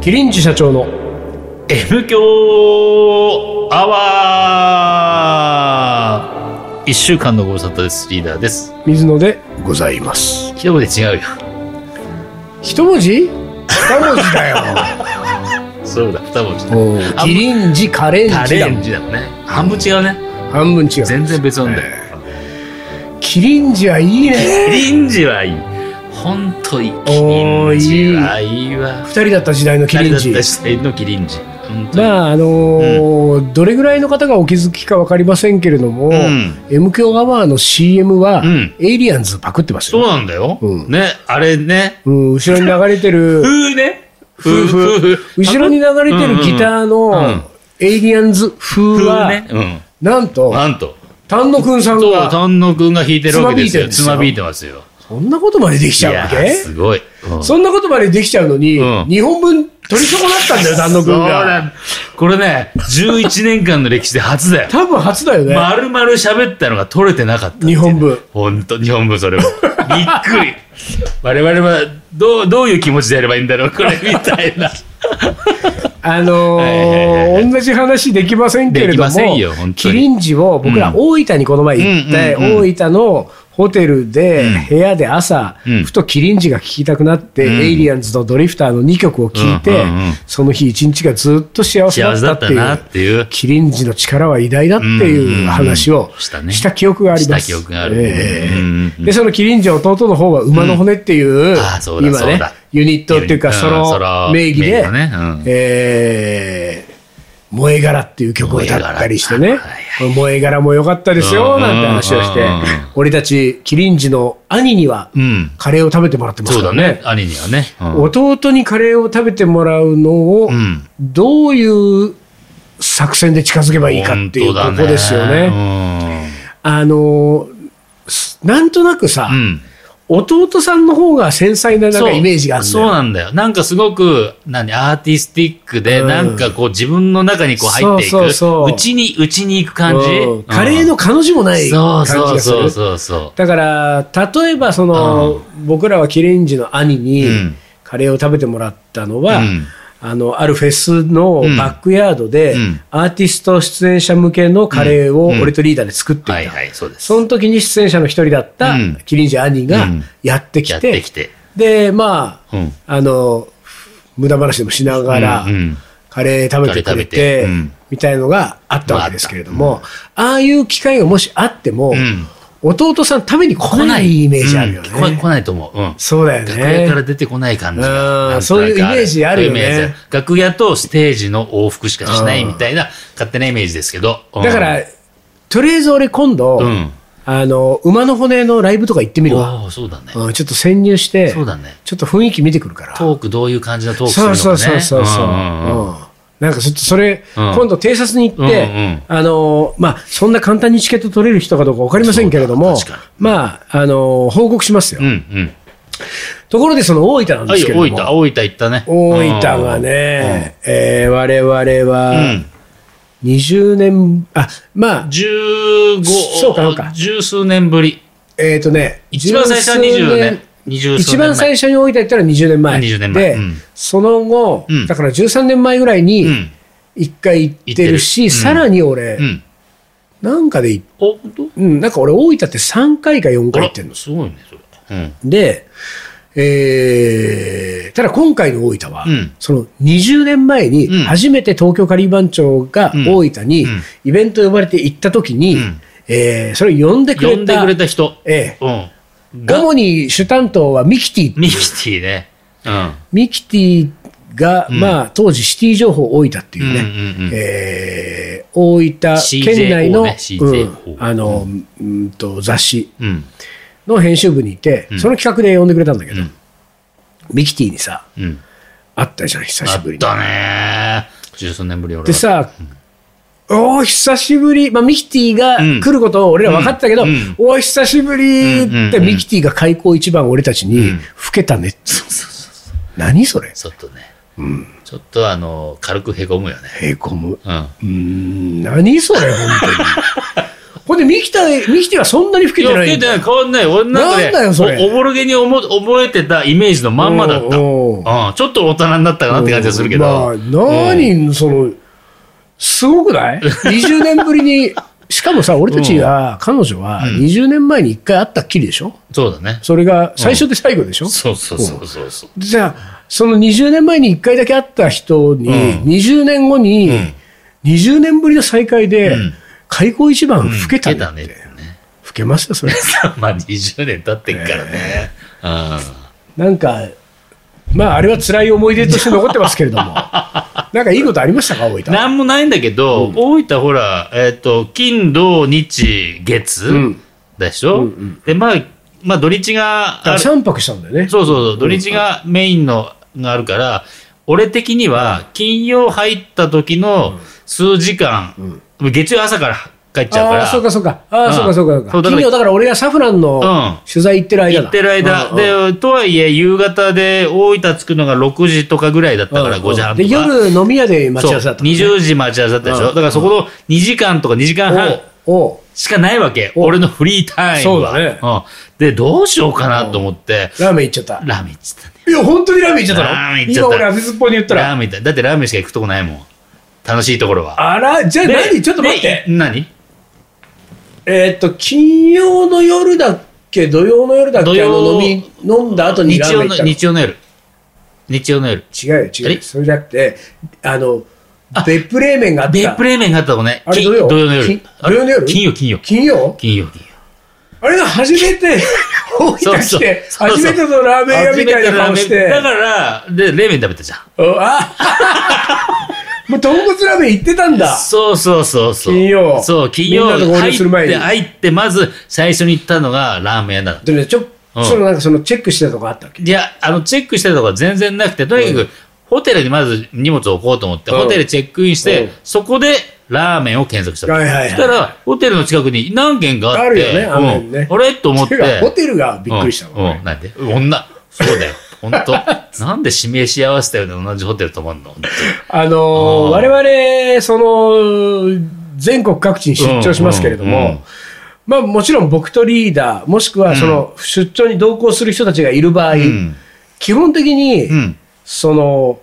キリンジ社長の M 強アワー一週間のご無沙汰ですリーダーです水野でございます。一言で違うよ一文字二文字 だよそうだ二文字だおうキリンジカレンカジレだンジだもんね半分違うね半分違う全然別なんだよキリンジはいいねキリンジはいい本当いいキリンジはいいわ二人だった時代のキリンジ二人だった時代のキリンジ本当にまああのーどれぐらいの方がお気づきか分かりませんけれども、うん M 強アワーの CM は、うんエイリアンズパクってますそうよ、なんだよ、うんねあれねうん、後ろに流れてる風ね風風後ろに流れてるギターうんうんのエイリアンズ風風は、ねうんなんとなんと丹野くんさんそうが丹野くんが弾いてるわけですよつつままびびいいてますよそんなことまでできちゃうわいやーけすごい、うんそんなことまでできちゃうのに、うん日本分取り損なったんだよ丹野くんそうがなんこれね11年間の歴史で初 だよ多分初だよね、丸々喋ったのが取れてなかったってい日う本分本当日本分それもびっくり我々はどうどういう気持ちでやればいいんだろうこれみたいなあのーはいはいはいはい同じ話できませんけれできどまもせんよ本当キに、リンジを僕ら大分にこの前行って、うんうんうんうん大分のホテルでうん、部屋で朝、うんふとキリンジが聴きたくなって、うんエイリアンズとドリフターの2曲を聴いて、うんうんうんその日一日がずっと 幸せだ幸せだっったたなっってていいう う、キリンジの力は偉大だっていう話うんうんをうんしたねした記憶があります。した記憶があるええうんうんうんで、そのキリンジ弟の方は馬の骨っていう、ああそうだ今そうねだ、ユニットっていううか、んそソのロ名義名義でのねうん、えー燃え殻っていう曲を歌ったりして燃えね殻はい。燃え殻も良かったですうよ、んなんて話をしてうんうん。俺たち、キリンジの兄にはうん、カレーを食べてもらってますそうかだらねね。兄にはね、うん弟にカレーを食べてもらうのをうん、どういう作戦で近づけばいいかっていうとこですよね。ねあのー、すなんとなくさう、ん弟さんの方が繊細ななんかイメージがあるんだそうよそうなんだよ。なんかすごく、何、アーティスティックで、うんなんかこう自分の中にこう入っていく。そうそうそうちに、うちに行く感じ。うんカレーの彼女もないそ感うじがすそる。うそうそうそだから、例えばその、僕らはキリンジの兄にうんカレーを食べてもらったのは、うんあの、あるフェスのうんバックヤードで、うんアーティスト出演者向けのカレーをうん俺とリーダーで作っていた。う。はいはい、そうです。その時に出演者の一人だったうんキリンジ兄がうんやってきやって、てきて。で、まあ、うんあの、無駄話でもしながら、うんうんカレー食べてくれカて、レー食べてうんみたいのがあったわけですけれども、ああいう機会がもしあっても、うん弟さん食べに来ないイメージあるよね。うん来ない来ないと思う。うん。そうだよ楽屋からね。出てこない感じうんがなんとなくそういうイメージあるよねそういうイメージある楽屋とステージの往復しかしないみたいな勝手なイメージですけど。うんだから、とりあえず俺今度、うんあの、馬の骨のライブとか行ってみるわ。おーそうだね。うんちょっと潜入して、そうだねちょっと雰囲気見てくるから。トークどういう感じのトークするそのうかそね。うそうそうそう。んんうんうんなんかちょっとそれ、うん今度偵察に行って、うんうんあのーまあ、そんな簡単にチケット取れる人かどうか分かりませんけれどもそうだ確か、まあ、あのー報告しますよ。うんうん。ところでその大分なんはでい、すけれど大も、分、大分行ったね。大分がね、えー我々うん。うはん。 20年、あ、まあ、 15、そうかそうか十数年ぶり。えっ、とね、一番最初は20年。20数一年前番最初に大分行ったら20年前。 20年前で、うんその後、うんだから13年前ぐらいにうん一回行ってるし、行ってるさらに俺、うん。なんかで行っお、本当うん、なんか俺大分って3回か4回あ行らってんの。すごいね、それ。うん。で、えー、ただ今回の大分は、うんその20年前にうん初めて東京カリバン町がうん大分にうんイベント呼ばれて行った時に、うんえーそれを呼んでくれた。呼んでくれた人。えうん。が、主に主担当はミキティ。ミキティね。うん。ミキティが、うんまあ当時シティ情報大分っていうね、うんうんうんえー大分県内の、 CJO ねうん CJO あの、うんと雑誌うん。の編集部にいて、うんその企画で呼んでくれたんだけど、うんミキティにさ、うん。会ったじゃん、久あしぶっりに。たね十数年ぶり俺はで、さ、おー、久しぶり。まあ、ミキティがうん来ることを俺ら分かったけど、うんうんおー、久しぶりうんっうんうて、んミキティが開口一番俺たちに、うん老けたね。何それちょっとね。ちょっとあの、軽くへこむよね。へこむ。うん。 うーん、何それ、本当に。ほんで、ミキタ、ミキティはそんなに老けいてや、な受いけんてだ。ない。変わんない。俺の中なでんだよそれお、おぼろげに思覚えてたイメージのまんまだった。おーおうん、ちょっと大人になったかなって感じがするけど。まあ、何、その、すごく ない ?20 年ぶりに、しかもさ、俺たちは、彼女は20年前に1回会ったっきりでしょそうだね。それが最初で最後でしょ、そうそうそうそうそう。じゃあ、その20年前に1回だけ会った人に、うん20年後に、うん20年ぶりの再会で、うん開口一番老うんけた老んけだたって。ね老っけてね。 ますよ、それ。まあ20年経ってっからね。なんか、まあ、あれは辛い思い出として残ってますけれど も。なんかいいことありましたか、大うん。分。なんもないんだけど、大分ほら、えっ、と、金、土、日、月、うんでしょ、うんうんで、まあ、まあ土日がある3泊したんだよね。そうそうそう、土日がメインのがあるから、俺的には金曜入った時の数時間、月曜朝から帰っちゃうかああー、ら、そうかそうか。あうあ、んそうかそうかそうか。そうだから金曜だから俺がサフランうんの取材行ってる間だ。行ってる間、うんうんで、とはいえ夕方で大分着くのが6時とかぐらいだったから、うん5時半とか。で、夜飲み屋で待そち合うわせだったのね。 20時待ち合わせだったでしょ、うんだからそこの2時間とか2時間半おうおうしかないわけ、お俺のフリータイムはそうだねんでどうしようかなと思って、ラーメン行っちゃった。ラーメン行っちゃったねいや、本当にラーメン行っちゃったのラーメン行っちゃっ今た俺、アフェスっぽいに言ったラーら。メンだだってラーメンしか行くとこないもん楽しいところはあら、じゃあで何ちょっと待っでて。何えーっと、金曜の夜だっけ土曜の夜だっ土けあ曜の、飲み、飲んだ後にラ日ーメン曜行のったの日曜の夜日曜の夜違うよ、違うよ。えそれじゃなくて、あの、別府冷麺があった。ベップレーメンがあったとこねあれ金土曜土曜の夜金土曜の夜あれ金曜金曜金曜金曜金曜あれが初めて、大分来て、そうそう初めてのラーメン屋みたいな顔し初めて。てラーメンだからで冷麺食べたじゃんうんあもう豚骨ラーメン行ってたんだ。そうそうそうそう金曜そう金曜みんなと合入流する前っにて入ってまず最初に行ったのがラーメン屋だでね、ちょ、うんそのなんかそのチェックしてたとこあったわけ。いや、あの、チェックしてたとか全然なくて、とにかく、ホテルにまず荷物を置こうと思って、うんホテルチェックインして、うんそこでラーメンを検索したの。はいはいはいそしたら、ホテルの近くに何軒かあって、あるよねラーメンねうんあれと思ってて。か ホテルがびっくりしたうん、わ。うんなんで女。そう だよ。本当なんで指名し合わせたよね、同じホテル泊まんの。あのーうん我々、その、全国各地に出張しますけれども、うんうんうんまあもちろん僕とリーダー、もしくはその出張に同行する人たちがいる場合、うん。基本的に、うん。その、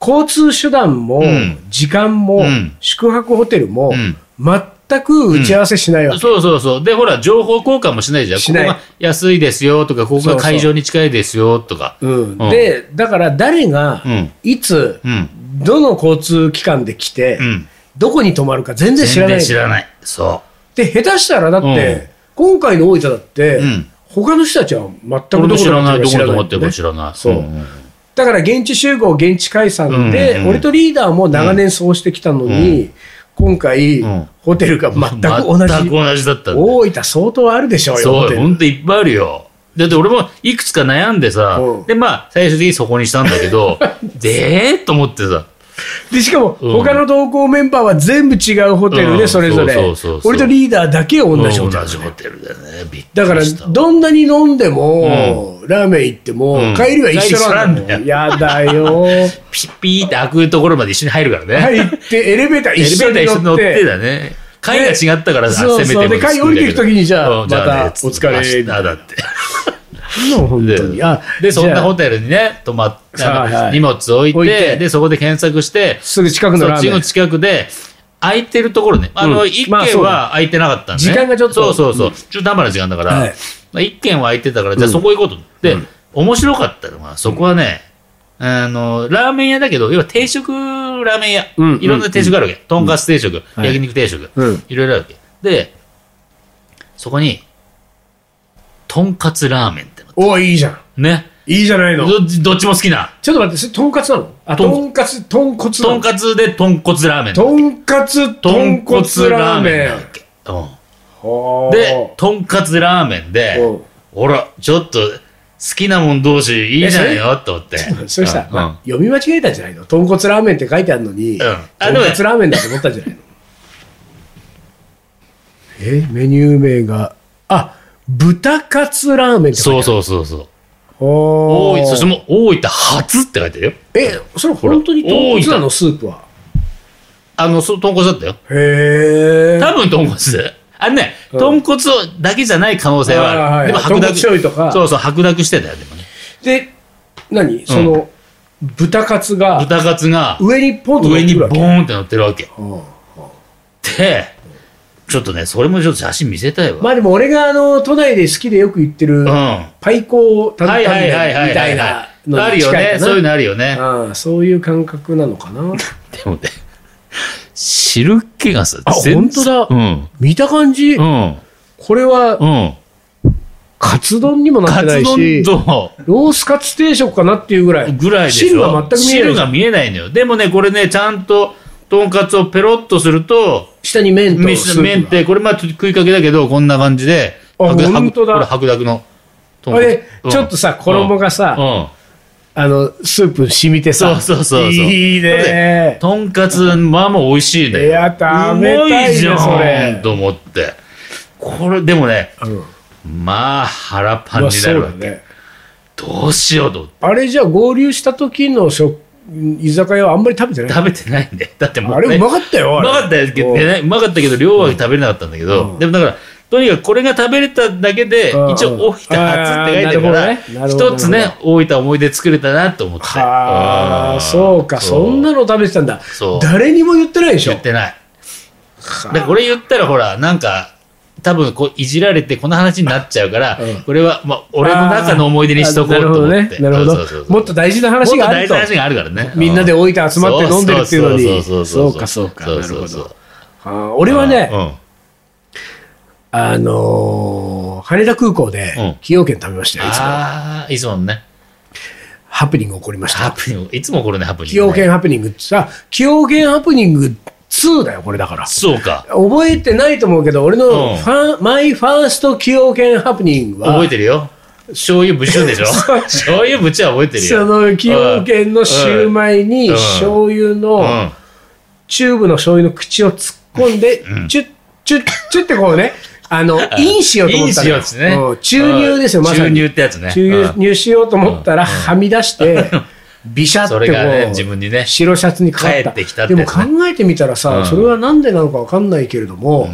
交通手段も、ん時間も、うん宿泊ホテルも、うん全く打ち合わせしないわけ。そうそうそう。で、ほら、情報交換もしないじゃん。しないここが安いですよとか、ここが会場に近いですよとか。うんうんで、だから誰が、うんいつ、うん。どの交通機関で来て、うん。どこに泊まるか全然知らな全然い。知らない。そう。で、下手したらだって、今回の大分だって、うん他の人たちは全くどこに俺も知らない、泊どまこにる泊まかってるねか知らない。そううんうんだから現地集合、現地解散で、うんうん俺とリーダーも長年そうしてきたのに、今回、うんホテルが全く同じ。全く同じだったんだよ。大分相当あるでしょうよ、ホそうテよ、ルほんといっぱいあるよ。だって俺もいくつか悩んでさうん、で、まあ、最終的にそこにしたんだけ ど、でーっと思ってさ、で、しかも、うん他の同行メンバーは全部違うホテルうで、んそれぞれそうそうそう。そう俺とリーダーだけ同じホうんテ同ル。じホテルだね。びっだかくらりした、。どんなに飲んでも、ラーメン行ってもうん、帰りは一緒なんだよ。帰りやだよ。 ピッピーって開くところまで一緒に入るからね。入って、エレベーターエレ一緒ベーにター一緒に乗乗っってて。だね。階が違ったからさ、そうそうせめてもで階降りていく時にじゃあうんまたねつってお疲れ明日だって。もう本当に。あで、そんなホとテルにね、泊まって、はいはい荷物置いて置いてで、そこで検索して、すぐ近くのそラっーちメのン。近くで、空いてるところね。あうの、ん一まあ軒そうはだ空いてなかったんで、ね時間がちょっとそうそうそう。中途半端な時間だから、はいまあ一軒は空いてたから、じゃあそこ行こうと。で、面白かったのが、そこはね、あの、ラーメン屋だけど、要は定食ラーメン屋。うんいろんな定食あるわけ。とんかつ定食、はい焼肉定食、うんいろいろあるわけ。で、そこに、とんかつラーメンっての。おいいじゃん。ね。いいじゃないの。どっちどっちも好きな。ちょっと待って、それ、とんかつなのあ、とんとんかつ、とんこつなとんのかつで豚骨ラーメン。とんかつ、とんこつラーメ豚ン骨ラなわけうん。ほー。で、とんかつラーメンでうん、ほら、ちょっと、好きなもん同士いいじゃないよと思って。 そしたら、うんまあ読み間違えたんじゃないの豚骨ラーメンって書いてあるのに、ん豚あ骨でもねラーメンだと思ったんじゃないのえメニュー名があ豚カツラーメンって書いてそあうるそうそうそう。お大ー分、そしてもう大分初って書いてるよ。えそれ本当に豚骨なのスープはあの、そう、豚骨だったよ。へえ多分豚骨で。あれね、豚骨だけじゃない可能性はある。あーはいでも豚骨醤油とかそうそう、白濁してたよ、でもね。で、何その、豚カツが豚カツが上にポンと乗っ上てにくるボわけ。ーンって乗ってるわけ。うんで、ちょっとね、それもちょっと写真見せたいわ。まあでも俺があの、都内で好きでよく行ってる、うん。パイ粉をたはいはいはいはみいはたいいは。ないあるよね。そういうのあるよね。ああそういう感覚なのか なでもね、汁気がさ、あ全然本当だうん。見た感じ、うん。これはうん。カツ丼にもなっカてなツいし丼とロースカツ定食かなっていうぐらいぐらいでしょ。汁が全く見えない汁が見えないのよ。でもね、これね、ちゃんと、とんかつをペロッとすると、下に麺とスープが麺って、これまあちょっと食いかけだけど、こんな感じで、あ白濁本当だこれ白濁の。とんあかつれ、うんちょっとさ衣がさ、うん。あのスープ染みてさそうそうそうそういいねとんかつ、まあまあ美味しいね。いや食べたいねうまいじゃんそれと思って。これ、でもね、うんまあ腹パまあンになそるうわだけ。ねどうしようと。あれじゃあ合流した時の食居酒屋はあんまり食べてない食べてないんで。だって もあう、ね、れうまかったようあれまかったですけど、うんねうまかったけど、量は食べれなかったんだけど、うんでもだから、とにかくこれが食べれただけで、うん一応、大分初って書いてるかあら、ーなるほどねなるほど一つね、大分思い出作れたなと思って。はうあんそうかそんなの食べてたんだそう誰にも言ってないでしょ言ってない。だはからこれ言ったら、ほら、なんか、多分こういじられてこの話になっちゃうから、うんこれは、まあ、俺の中の思い出にしとこうと思って。あなるほどね。なるそうそうほそうど。もっと大事な話があるともっ。と大事な話があるからね。みんなでうん置いて集まって飲んでるっていうのに。そうそうそうか、そうか。なるほそうそうそうど。あー俺はね、あのー、羽田空港でうん崎陽軒食べましたよ、いつも。ああ、いつものね。ハプニング起こりましハた。プニング、いつもこれね、ハプニン崎グね、陽軒ハプニングってさ、崎陽軒ハプニング2だよ、これだから。そうか。覚えてないと思うけど、俺うんのファンマイファースト崎陽軒ハプニングは、覚えてるよ。醤油ぶちゅでしょ 醤油ぶちは覚えてるそよ。の崎陽軒のシューマイにうん醤油うの、ん。チューブの醤油の口を突っ込んで、うんチュッチュッチュッってこうね、あの、インしようと思ったのインしようですねうん注入ですよ、まさ注に。入ってやつね。注入うん入しようと思ったら、うんはみ出 して、ビシャってこ、そうれがね、自分にね。白シャツに変わった。帰ってきたってでやつねも考えてみたらさ、うんそれはなんでなのかわかんないけれども、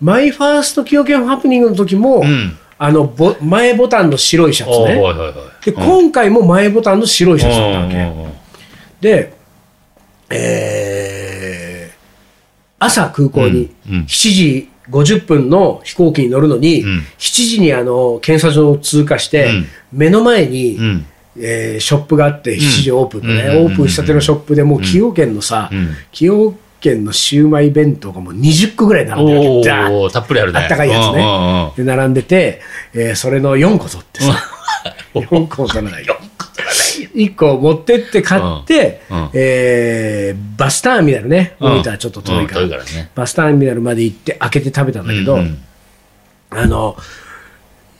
マイファースト崎陽軒ハプニングの時も、うんあのぼ、前ボタンの白いシャツおーね。おいおいおい。で、うん今回も前ボタンの白いシャツだったわけ。うんうんうんで、えー朝空港にうんうん7時50分の飛行機に乗るのに、うん7時にあの検査場を通過して、うん目の前に、うんえーショップがあって、7時オープンのね、うんオープンしたてのショップでもう崎陽軒のさ、うん崎陽軒のシウマイ弁当がもう20個ぐらい並んでるわけおダーッー、たっぷりあるね。あったかいやつうんうんうんね。で、並んでて、えーそれの4個取ってさ。4個取らないよ。1個持ってって買って、うんうんえーバスターミナルね。うん降りたらちょっと遠いから。うん遠いからねバスターミナルまで行って開けて食べたんだけど、うんうんあの、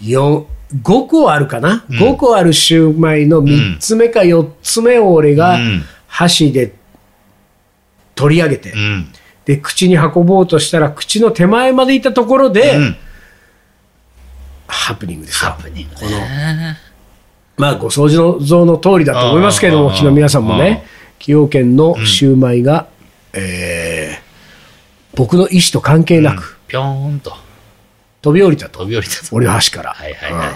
よ5個あるかな、?5 個あるシューマイの3つ目か4つ目を俺がうん箸で取り上げて、うんで、口に運ぼうとしたら、口の手前まで行ったところで、うんハプニングですよハ。プニングこのね。まあ、ご掃除の像の通りだと思いますけれどうんも、うん昨日皆さんもうんうんね、崎陽軒のシューマイが、えー僕の意思と関係なくぴょーんと飛び降りたと飛。び降りたと。俺の箸から。はいはいはいはういん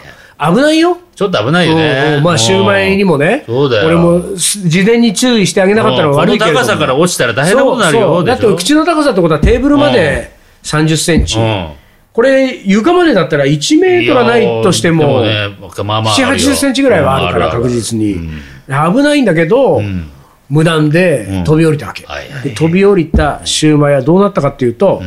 危ないよ。ちょっと危ないようんねう。んまあ、シューマイにもね、そうだよ俺もす事前に注意してあげなかったのが悪いけれども。この高さから落ちたら大変なことになるそうよ。そうだってでしょ口の高さってことはテーブルまで30センチ。これ、床までだったら1メートルはないとしても、いやーでねまあまあある7、よ80センチぐらいはあるから、うん確実に。うん危ないんだけど、ん無断うんで飛び降りたわけ、はいはいで。飛び降りたシューマイはどうなったかっていうと、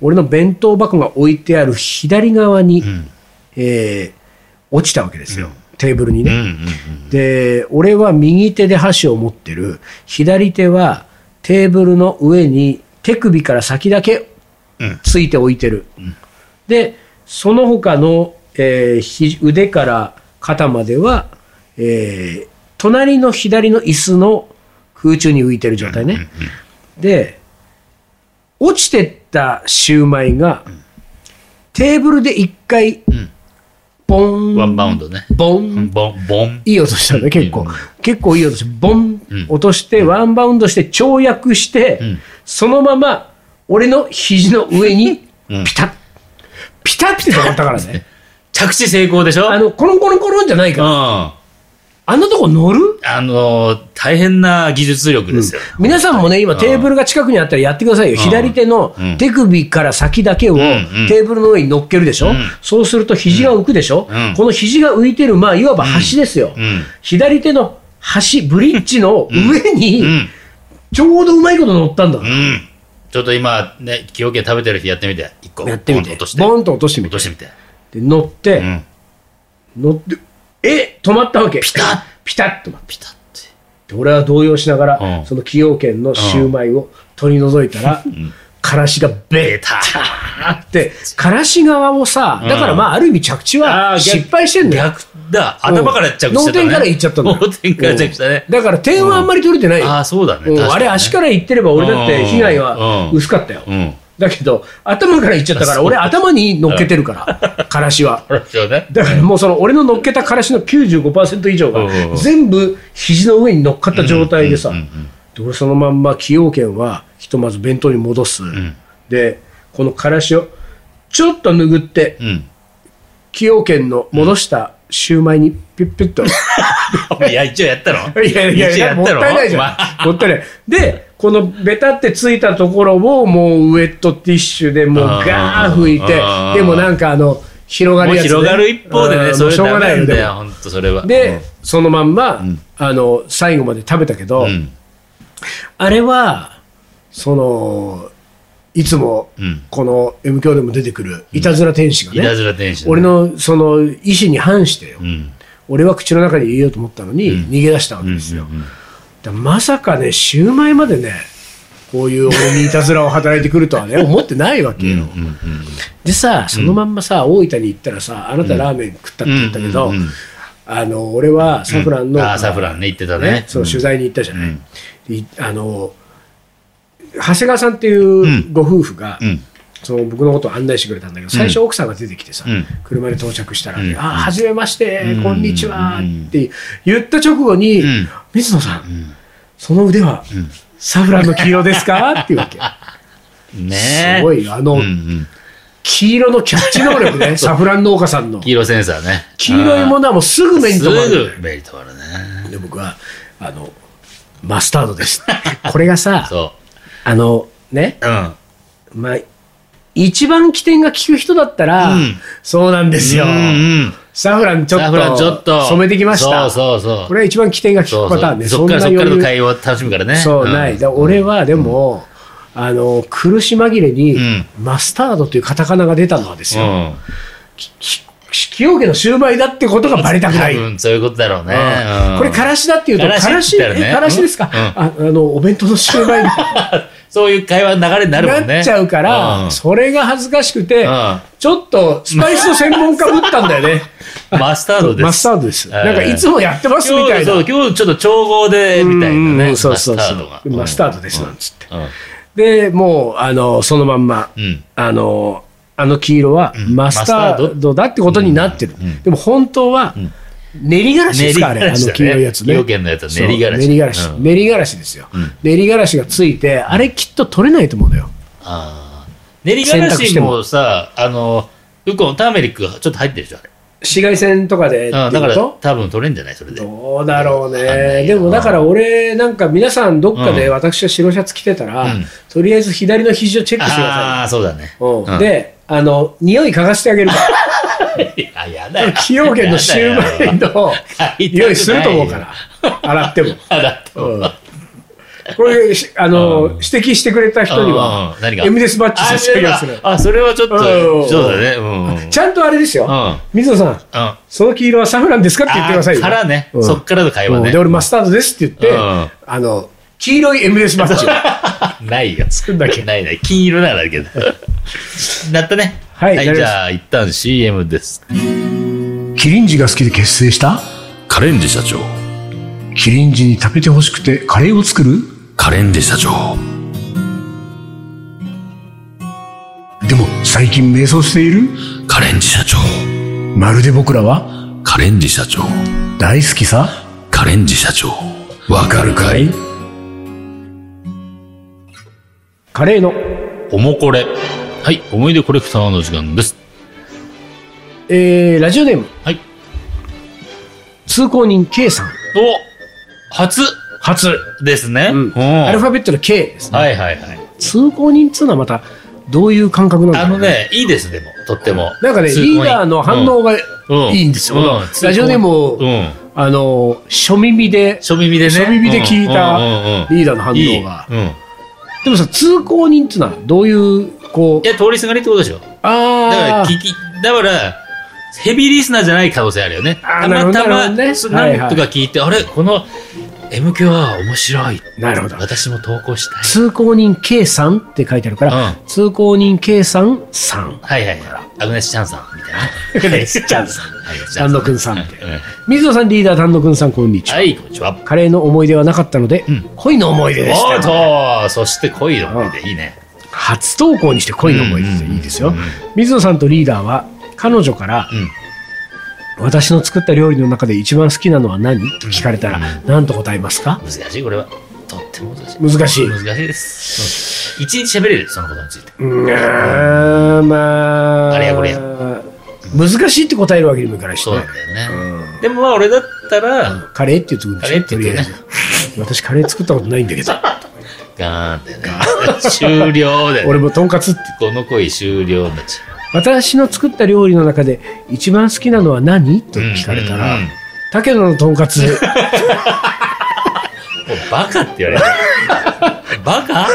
俺の弁当箱が置いてある左側に、んえー落ちたわけですよ、テーブルにうね。んうんで、俺は右手で箸を持ってる、左手はテーブルの上に手首から先だけうんついて置いてる。で、その他の、えーひ腕から肩までは、えー隣の左の椅子の空中に浮いてる状態ね。で、落ちてったシューマイが、テーブルで一回ん、ボうん。ワンン、バウンドね。ボうンん、ボン、ボン。いい音したね、結う構ん。結構いい音して、ボンうん、落として、ワンバウンドして、跳躍してん、そのまま、俺の肘の上にうん、ピタッピタピタ止まったからね。着地成功でしょ あの、コロンコロンコロンじゃないから。うん。あんなとこ乗るあのー大変な技術力ですよ。皆さんもね、今うんテーブルが近くにあったらやってくださいよ。うん左手のうん手首から先だけをんテうーんブルの上に乗っけるでしょ、うんそうすると肘が浮くでしょ、うんこの肘が浮いてる、まあ、いわば橋ですよ。うん左手の橋、ブリッジの上うに、ん。ちょうどうまいこと乗ったんだ。うん。ちょっと今、ね、崎陽軒食べてる日やってみて。一個。やってみポンとて落とし。て。ボンと落としてみて落と。してみて。で乗って、うん。乗って、え止まったわけ。ピタッピタッと止まっピタって。て。俺は動揺しながら、うんその崎陽軒のシューマイを取り除いたら、からしがベー出た。あって、からし側もさ、だからまあ、ある意味着地はあー逆失敗してんだよ。逆だ。頭から着地脳してたね。天から行っちゃったんだよ脳天から着地したねう。んだから点はあんまり取れてないよ。ああ、そうだね。うん確あかにれね足から行ってれば俺だって被害はうん薄かったよ。うん。だけど、頭から行っちゃったから、俺頭に乗っけてるから、からし は。そうですよね。だからもうその俺の乗っけたからしの95%以上がうんうん全部肘の上に乗っかった状態でさ、うんうんで俺そのまんま崎陽軒はひとまず弁当に戻す、んでこのからしをちょっと拭ってうん。崎陽軒の戻したシューマイにピュッピュッと、 うん。いや、一応やったの いやいやい一応ややもっったたいのないじまゃあんもったいないでこのベタってついたところをもうウエットティッシュでもうガーッ拭いてあーでもなんかあの広がもるうやつ、ね、広がる一方でうね、んそもうれしょうダがないメなよでんだもよ、本当それは。で、そのまんま、んあの最後まで食べたけど、うん。あれはそのいつも、うんこの「M 教」でも出てくるいたずら天使がいね、たずら天使。俺。のその意思に反してよ、うん。俺は口の中に入れようと思ったのに、逃げ出したわけですよ、だまさかねシューマイまでねこういう俺にいたずらを働いてくると はね思ってないわけよ、うんうんでさそのまんまさ、大分に行ったらさあなたラーメン食ったって言ったけど、うんうんうんあの俺はサフランの、ああ、サフランね、言ってたねね。、その取材に行ったじゃない、うんでいあの長谷川さんっていうご夫婦が、うん。その僕のことを案内してくれたんだけど最初奥さんが出てきてさ、うん車で到着したら、ねうんあはじめまして、うんこんにちは」って言った直後に「うん水野さん、その腕は、サフランの黄色です か?」っていうわけ。ねすごいよあのうんうん。黄色のキャッチ能 力ね、サフラン農家さんの。黄色センサーね。黄色いもののはもうすぐ目に留まる。すぐ目に留まるね。で、僕は、あの、マスタードです。 これがさ、そあの、ね、う。うん。まあ、一番起点が効く人だったら、うんそうなんですよ、うんうんサフランちょサフラっンちょっとと。染めてきました。そうそうそう。これが一番起点がそ効うくパターンそね。う。そっからんなそっからの余裕会話楽しむからね。そう、んない。だから俺はでも、あの、苦し紛れに、うんマスタードというカタカナが出たのはですうよ。ん。き清家のシューマイだってことがバレたくない。うん、そういうことだろうね。うんこれ、からしだっていうと、かかららし、しって言ったらねえからしですか、うんうんああの、お弁当のシューマイみたいな そういう会話の流れに なるもんね。なっちゃうから、んそれが恥ずかしくて、うんちょっとスパイスの専門家ぶったんだよね。マスタードです。 マスタードです。えなんかいつもやってますみたいな。今日そう今日ちょっと調合で、みたいうんなうね。んそうそうマスそタードがう。マスタードですなんつって。うんうんで、もう、あの、そのまんま、うんあの、あの黄色はんマスタードだってことになってる。でも本当は、練りがらしですか、あれ、練りあがらしだねの黄色いやつね。崎陽軒のやつは練りがらしそう練りがらし。うん練りがらしですよ。練りがらしがついて、あれきっと取れないと思うのよ。あー練りがら洗濯ししてももさ、あの、ウコン、ターメリックがちょっと入ってるでしょ、あれ。紫外線とかでうんってこだからと多分取れんじゃないそれで。どうだろうわかんなね。いでよもだから俺なんか皆さんどっかでうん私が白シャツ着てたら、うんとりあえず左の肘をチェックしてくださああ、そうだね。いよ。うんうんで、あの、匂い嗅がしてあげる から。いや、やだよ。崎陽軒のシューマイのい匂いすると思うから。洗っても。あだってうんこれ、しあの、うん指摘してくれた人にはうん、何がエムデスバッジ差あし上げまする。あ、それはちょっとうん、そうだね。うん。うんちゃんとあれですよ。水野さん、うん。その黄色はサフランですかって言ってくださいよ。あーからね、うんそっからの会話うんねで、。俺マスタードですって言って、うんあの、黄色いエムデスバッジ を。 ないよ。作んなきゃないない。金色ならだ けど。なったね。はいなりじましたゃあ、一旦 CM です。キリンジが好きで結成したカレンデ社長キリンジに食べてほしくてカレーを作るカレンデ社長でも最近迷走しているカレンデ社長まるで僕らはカレンデ社長大好きさカレンデ社長わかるかいカレーのおもこれ。はい。思い出コレクターの時間です。えーラジオネーム、はい。通行人 K さん。お初初。ですね。うん。うんアルファベットの K ですね。はいはいはい。通行人っつうのはまた、どういう感覚なんだあろのうね。ね、いいです、でも、とっても。なんかね、通行リ人ーダーの反応がいうんいんですよ。うんラジオネームを、うん。あの、初耳で、初耳でね。初耳で聞いたうんうんうんリーダーの反応が。いいうん。でもさ、通行人ってのはどういう、こいや、通りすがりってことでしょ。う、だから、ああ、聞き、だから、ヘビーリスナーじゃない可能性あるよね。あーたまたなるほどま、ねそはいはいなんとか聞いて、あれ、この MQ は面白い。なるほど私も投稿したい。通行人 K さんって書いてあるから、うん通行人 K さんさん。はいはいはい。アグネス・チャンさん、みたいな。アグネスチャンさんアグネスチャン丹野くんさんはっいて。うん水野さんリーダー丹野くんさん、こんにちは。はい、こんにちは。カレーの思い出はなかったので、うん恋の思い出でしたおよーとーそして恋の思い出、いいね。初投稿にして恋の思い出っていいですよ、うんうんうん水野さんとリーダーは彼女からうん。私の作った料理の中で一番好きなのは何と聞かれたら何と答えますか難しい、これは。とっても難しい。難しい難しいです。うん一日喋れる、そのことについて。うんあーまああれやこれや難しいって答えるわけにもいかないしそうねなんだよね。でもまあ、俺だったら、カレーって言ってくるんでカすレーよってと言りってあえねず。私カレー作ったことないんだけどガーンだよね。終了だよね。俺もとんかつってこの恋終了になっちゃ私の作った料理の中で一番好きなのは何とう。うん聞かれたら、うんうんも竹野のとんか つうバカって言わ れる。バカ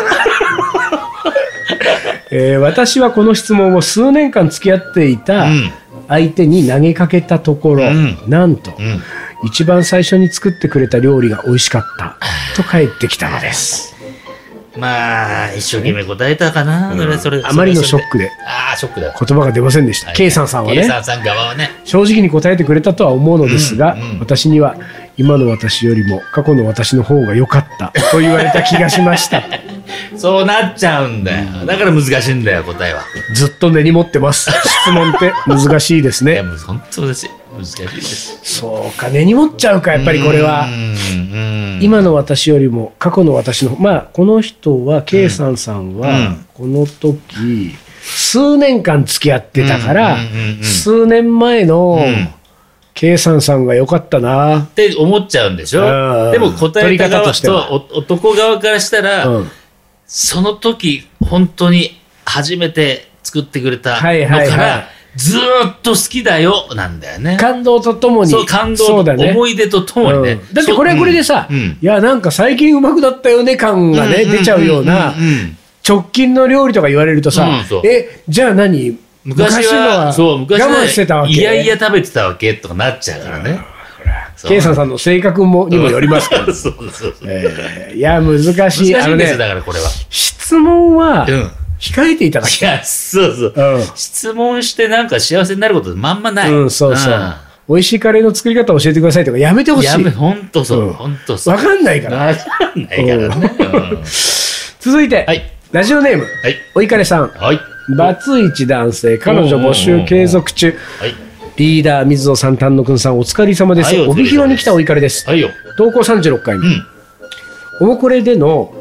えー私はこの質問を数年間付き合っていたうん相手に投げかけたところ、うんなんと、うん。一番最初に作ってくれた料理が美味しかったと返ってきたのです。まあ、一生懸命答えたかな。それそれあまりのショックでああ、ショックだ。言葉が出ませんでした。K さんさんは K ね、さんさん側はね。正直に答えてくれたとは思うのですが、うんうん私には今の私よりも過去の私の方が良かったと言われた気がしました。そうなっちゃうんだよ。だから難しいんだよ、答えは。ずっと根に持ってます。質問って難しいですいや、ね。もう本当難しい。難しいです。そうか、根に持っちゃうか、やっぱりこれはう。ん、うん今の私よりも過去の私のまあこの人は K さんさんうはんこの時数年間付き合ってたからうんうんうんうん数年前のん K さんさんが良かったなって思っちゃうんでしうょんでも答えた取り方側としてはそうお男側からしたら、うんその時本当に初めて作ってくれたのから、はいはいはいずーっと好きだよなんだよね。感動とともにそう感動そうだね思い出とともにね、うんだってこれはこれでさうんうんいやなんか最近うまくなったよね感がねんんん出ちゃうようなんん直近の料理とか言われるとうさんそうえじゃあ何昔のはそう我昔は慢してたわけいやいや食べてたわけとかなっちゃうからね。そう K さんさんの性格もにもよりますけど そうそうそうえーいや難しい難あしいのんですねよだからこれは。質問は うん控えていただきいや、そうそう。うん質問してなんか幸せになることまんまなたい、い。うん、そうそう、美味しいカレーの作り方教えてくださいとかやめてほんしやいめ、ほんとそうう、んほんとそう。わかんないからわかんないからね。うん続いて、はいラジオネーム、はい。おいかれさんはい。バツイチ男性彼女募集継続中はい。リーダー水野さん丹野くんさんお疲れ様です、はいお疲れ様帯です広に来たおいかれです、はいよ。投稿36回う目、ん。おもこれでの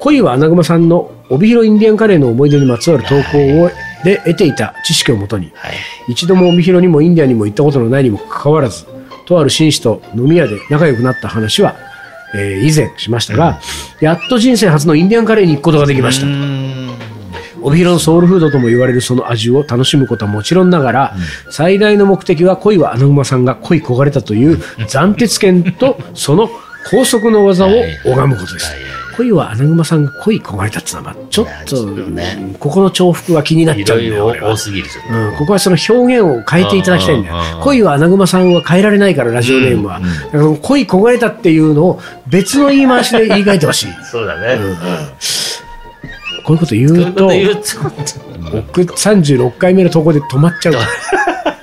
恋は穴熊さんの帯広インディアンカレーの思い出にまつわる投稿をで得ていた知識をもとにはい。一度も帯広にもインディアンにも行ったことのないにもかかわらずとある紳士と飲み屋で仲良くなった話は、えー以前しましたが、やっと人生初のインディアンカレーに行くことができましたうーん。帯広のソウルフードとも言われるその味を楽しむことはもちろんながら、最大の目的は恋は穴熊さんが恋焦がれたという斬鉄剣とその高速の技を拝むことですはいはいはい。恋は穴熊さんが恋焦がれたってのはまあちょっと、いやちょっとねうんここの重複は気になっいちゃうろんだいよろ俺は多すぎる。ちょっとうん、ここはその表現を変えていただきたいんだようんうんうんう。ん恋は穴熊さんは変えられないから、ラジオネームは。うんうんだからその恋焦がれたっていうのを別の言い回しで言い換えて ほしい。そうだね。うんうんこういうことそうい言ううことと、言うと。うん僕36回目のとこで止まっちゃうから。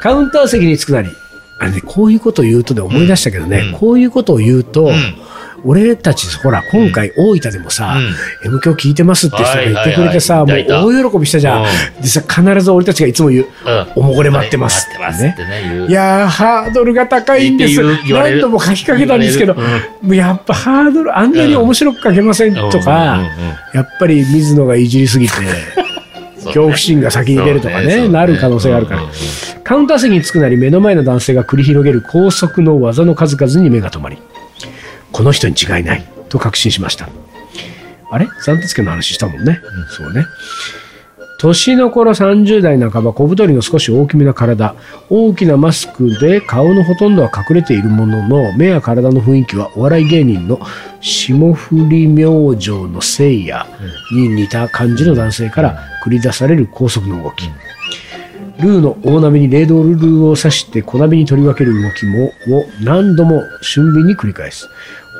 カウンター席に着くなり、あれね、こういうこと言うとで思い出したけどね、うんこういうことを言うと、うん俺たち、ほら、今回大分でもさ、M 響聞いてますって人がいてくれてさ、はいはいはいいたいたもう大喜びしたじゃんうん。でさ、必ず俺たちがいつも言う、うんおもこれ待ってます待ってますってね、言う。いやーハードルが高いんですって言う言われ何る度も書きかけたんですけど、言われるもうやっぱハードルあんなに面白く書けませんとか、うんうんうんうんやっぱり水野がいじりすぎて恐恐怖心が先に出るとかねなる可能性があるからカウンター席に着くなり目の前の男性が繰り広げる高速の技の数々に目が留まりこの人に違いないと確信しましたあれ三徹家の話したもんね、そうね年の頃30代半ば小太りの少し大きめな体大きなマスクで顔のほとんどは隠れているものの目や体の雰囲気はお笑い芸人の霜降り明星のせいやに似た感じの男性から繰り出される高速の動き、ルーの大鍋にレードルーを刺して小鍋に取り分ける動きもを何度も俊敏に繰り返す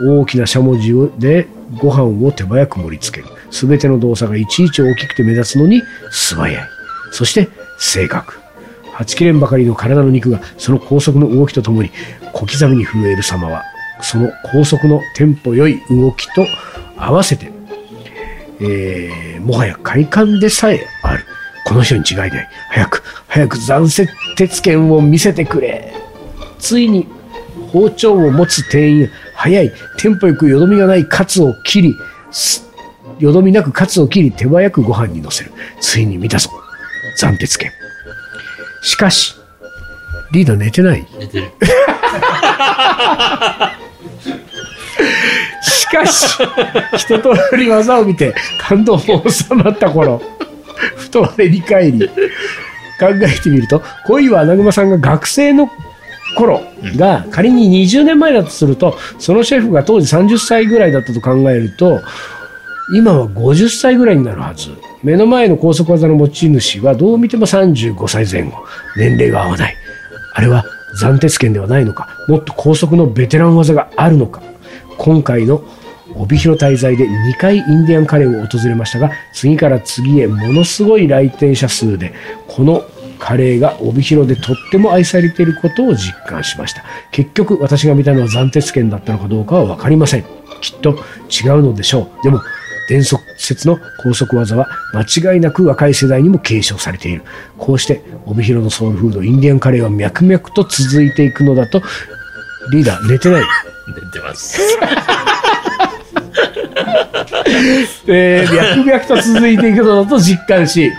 大きなしゃもじをでご飯を手早く盛り付ける全ての動作がいちいち大きくて目立つのに素早いそして正確はちきれんばかりの体の肉がその高速の動きとともに小刻みに震える様はその高速のテンポ良い動きと合わせてえーもはや快感でさえある。この人に違いない。早く、早く残雪鉄剣を見せてくれ。ついに、包丁を持つ店員、早い、テンポよくよどみがないカツを切り、すよどみなくカツを切り、手早くご飯に乗せる。ついに見たぞ。残鉄剣。しかし、リーダー寝てない寝てるしかし、一通り技を見て、感動も収まった頃、ふと我に返り、考えてみると、恋は穴熊さんが学生の頃が、仮に20年前だとすると、そのシェフが当時30歳ぐらいだったと考えると、今は50歳ぐらいになるはず。目の前の高速技の持ち主はどう見ても35歳前後。年齢が合わない。あれは暫鉄剣ではないのか。もっと高速のベテラン技があるのか。今回の帯広滞在で2回インディアンカレーを訪れましたが、次から次へものすごい来店者数で、このカレーが帯広でとっても愛されていることを実感しました。結局私が見たのは暫鉄剣だったのかどうかはわかりません。きっと違うのでしょう。でも、伝説の高速技は間違いなく若い世代にも継承されている。こうして帯広のソウルフード、インディアンカレーは脈々と続いていくのだと、リーダー寝てない。寝てますえー、脈々と続いていくのだと実感し、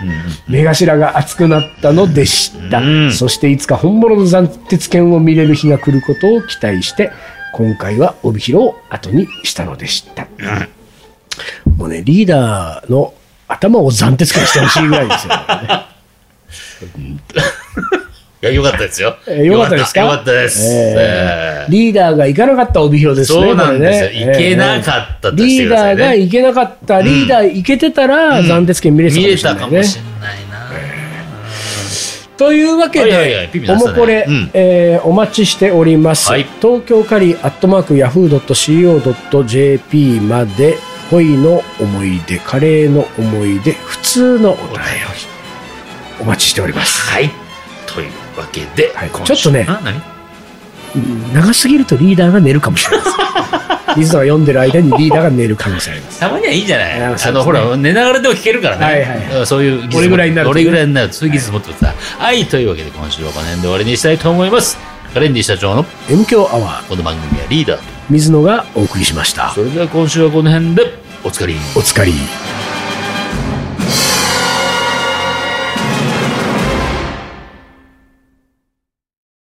目頭が熱くなったのでした、うんそしていつか本物の斬鉄剣を見れる日が来ることを期待して今回は帯広を後にしたのでした、もうねリーダーの頭を斬鉄剣してほしいぐらい ですよ、ねいやよかったですよえーよかったですかよかったですええーリーダーが行かなかった帯広ですねそうなんですよこれね行けなかったとしリてーくださダいーねが行けなかった、リーダー行けてたら、うん斬鉄剣見れてた見かもれしれたなかいねもしれないなというわけで、はいはいはいピピ出おさないもこれ、うんえーお待ちしております、はい東京カリーアットマークヤフー .co.jp まで恋の思い出カレーの思い出普通のお便りお待ちしておりますはいというわけで、はい今ち週ょっとねあ何長すぎるとリーダーが寝るかもしれないです 水野が読んでる間にリーダーが寝る可能性ありますたまにはいいんじゃないああそうですねのほら寝ながらでも聞けるからね、はいはいうんそういう技術これぐらいになるとね俺ぐらいになるとそういう技術持ってさはい、というわけで今週はこの辺で終わりにしたいと思いますカレンディ社長の M 強アワーこの番組はリーダーと水野がお送りしましたそれでは今週はこの辺でおつかりお疲れ。